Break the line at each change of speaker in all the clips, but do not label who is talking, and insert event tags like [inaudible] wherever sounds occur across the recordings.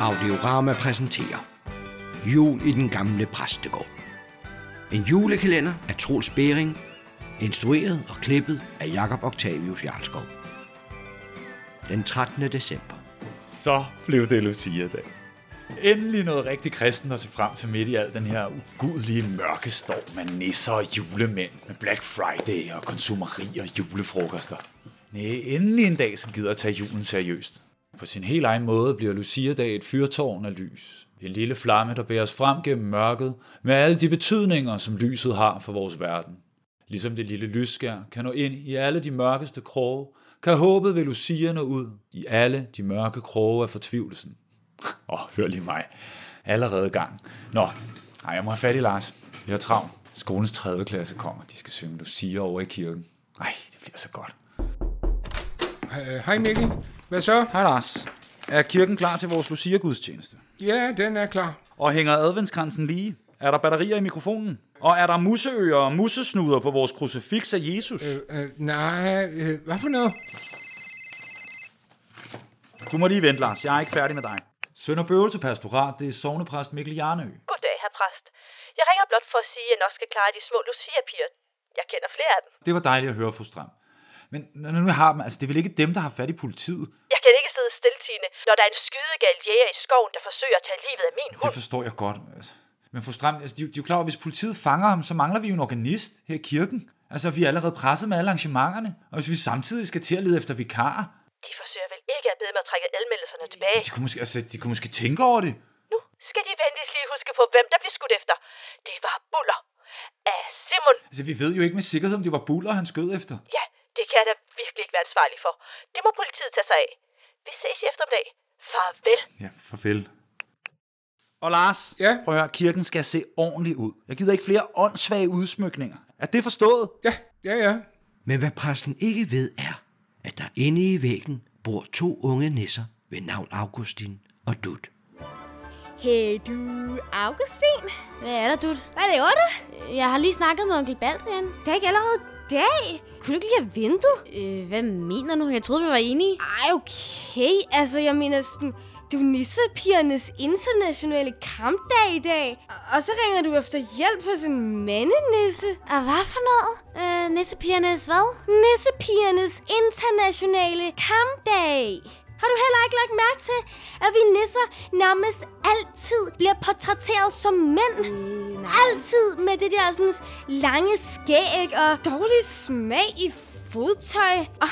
Audiorama præsenterer Jul i den gamle præstegård. En julekalender af Troels Bering, instrueret og klippet af Jakob Octavius Jarlskov. Den 13. december.
Så blev det Lucia-dag. Endelig noget rigtig kristen at se frem til midt i al den her ugudelige mørke storm af nisser og julemænd med Black Friday og konsumeri og julefrokoster. Næh, endelig en dag, som gider at tage julen seriøst. På sin helt egen måde bliver Lucia-dag et fyrtårn af lys. En lille flamme, der bæres frem gennem mørket, med alle de betydninger, som lyset har for vores verden. Ligesom det lille lysskær kan nå ind i alle de mørkeste kroge, kan håbet ved Lucia nå ud i alle de mørke kroge af fortvivlelsen. [laughs] Åh, oh, hør lige mig. Allerede i gang. Nå, nej, jeg må have fat i Lars. Vi har travlt. Skolens 3. klasse kommer. De skal synge Lucia over i kirken. Ej, det bliver så godt.
Øh, Hej Mikkel. Hvad så?
Hej Lars. Er kirken klar til vores Lucia-gudstjeneste?
Ja, den er klar.
Og hænger adventskransen lige? Er der batterier i mikrofonen? Og er der musseøer og mussesnuder på vores krucifix af Jesus? Øh.
Øh, nej, øh, hvad for noget?
Du må lige vente, Lars. Jeg er ikke færdig med dig. Sønder Bøvelse Pastorat, det er sovnepræst Mikkel Jarnø.
Goddag, herr præst. Jeg ringer blot for at sige, at jeg nok skal klare de små Lucia-piger. Jeg kender flere af dem.
Det var dejligt at høre, fru Stram. Men når nu jeg har dem, altså det er vel ikke dem, der har fat i politiet?
Jeg kan ikke sidde stiltigende, når der er en skydegal jæger i skoven, der forsøger at tage livet af min
Det
hund.
forstår jeg godt. Altså. Men fru Stram, altså, de, de er jo klar over, at hvis politiet fanger ham, så mangler vi jo en organist her i kirken. Altså, vi er allerede presset med alle arrangementerne, og hvis vi samtidig skal til at lede efter vikarer,
De forsøger vel ikke at bede mig at trække anmeldelserne tilbage.
de kunne måske, altså, de kunne måske tænke over det.
Nu skal de venligst lige huske på, hvem der blev skudt efter. Det var Buller. Af Simon.
Altså, vi ved jo ikke med sikkerhed, om det var Buller, han skød efter.
Ja, det kan jeg da virkelig ikke være ansvarlig for. Det må politiet tage sig af. Vi ses i eftermiddag. Farvel.
Ja, farvel. Og Lars,
Ja?
prøv at høre, kirken skal se ordentligt ud. Jeg gider ikke flere åndssvage udsmykninger. Er det forstået?
Ja, ja, ja.
Men hvad præsten ikke ved er, at der inde i væggen bor to unge nisser ved navn Augustin og Dut.
Hey du, Augustin.
Hvad er der, dut?
Hvad laver du?
Jeg har lige snakket med onkel Baldrian.
Det er ikke allerede dag.
Kunne du ikke lige have ventet? Øh, hvad mener du? Jeg troede, vi var enige.
Ej, okay. Altså, jeg mener sådan... Det er jo nissepigernes internationale kampdag i dag. Og- Og så ringer du efter hjælp hos en mandenisse.
Og hvad for noget? Øh, nissepigernes hvad?
Nissepigernes internationale kampdag. Har du heller ikke lagt mærke til, at vi nisser nærmest altid bliver portrætteret som mænd? Altid med det der sådan, lange skæg og dårlig smag i fodtøj. Og,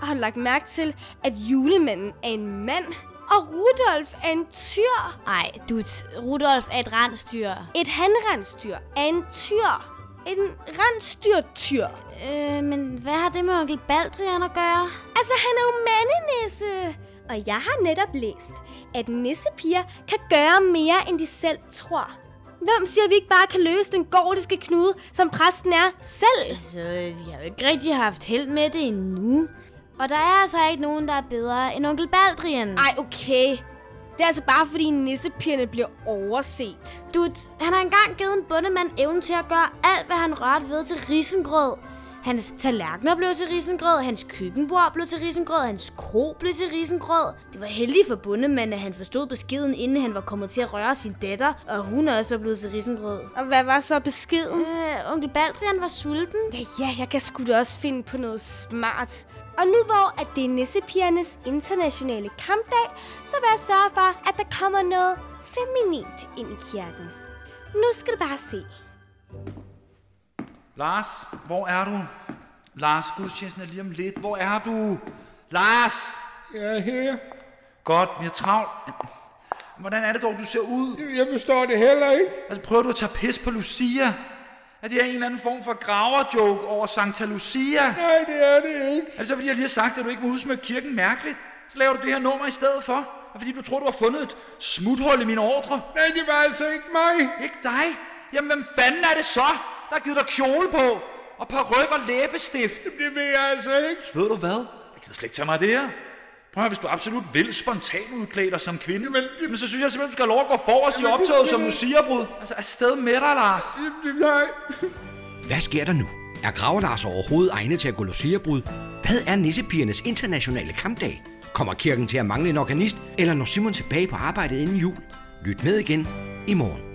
og har du lagt mærke til, at julemanden er en mand, og Rudolf er en tyr.
Ej, dut. Rudolf er et rensdyr.
Et hanrensdyr er en tyr. En rensdyrtyr.
Øh, men hvad har det med onkel Baldrian at gøre?
Altså, han er jo mandenisse. Og jeg har netop læst, at nissepiger kan gøre mere, end de selv tror. Hvem siger, at vi ikke bare kan løse den gordiske knude, som præsten er selv?
Så øh, vi har jo ikke rigtig haft held med det endnu. Og der er altså ikke nogen, der er bedre end onkel Baldrian.
Ej, okay. Det er altså bare, fordi nissepigerne bliver overset.
Dut, han har engang givet en bundemand evnen til at gøre alt, hvad han rørte ved til risengrød. Hans tallerkener blev til risengrød, hans køkkenbord blev til risengrød, hans kro blev til risengrød. Det var heldigt for bundemanden, at han forstod beskeden, inden han var kommet til at røre sin datter, og hun er også blevet til risengrød.
Og hvad var så beskeden?
Øh, onkel Baldrian var sulten.
Ja, ja, jeg kan sgu da også finde på noget smart. Og nu hvor at det er nissepigernes internationale kampdag, så vil jeg sørge for, at der kommer noget feminint ind i kirken. Nu skal du bare se.
Lars, hvor er du? Lars, gudstjenesten er lige om lidt. Hvor er du? Lars!
Jeg er her.
Godt, vi har travlt. Hvordan er det dog, du ser ud?
Jeg forstår det heller ikke.
Altså, prøver du at tage pis på Lucia? Er det her en eller anden form for graverjoke over Santa Lucia?
Nej, det er det ikke.
Er det så, fordi jeg lige har sagt, at du ikke må udsmykke kirken mærkeligt? Så laver du det her nummer i stedet for? Er det, fordi du tror, du har fundet et smuthul i min ordre?
Nej, det var altså ikke mig.
Ikke dig? Jamen, hvem fanden er det så, der har givet dig kjole på? Og peruk og læbestift?
Det ved jeg altså ikke.
Ved du hvad? Jeg gider slet ikke tage mig af det her. Prøv at høre, hvis du absolut vil spontan udklæde dig som kvinde,
Jamen,
men,
det-
det... men så synes jeg simpelthen, du skal have lov at gå forrest i
Jamen, det-
optoget
det-
som Lucia-brud. Altså, afsted med dig, Lars.
Det- Nej.
Hvad sker der nu? Er Graver Lars overhovedet egnet til at gå luciabrud? Hvad er nissepigernes internationale kampdag? Kommer kirken til at mangle en organist, eller når Simon tilbage på arbejdet inden jul? Lyt med igen i morgen.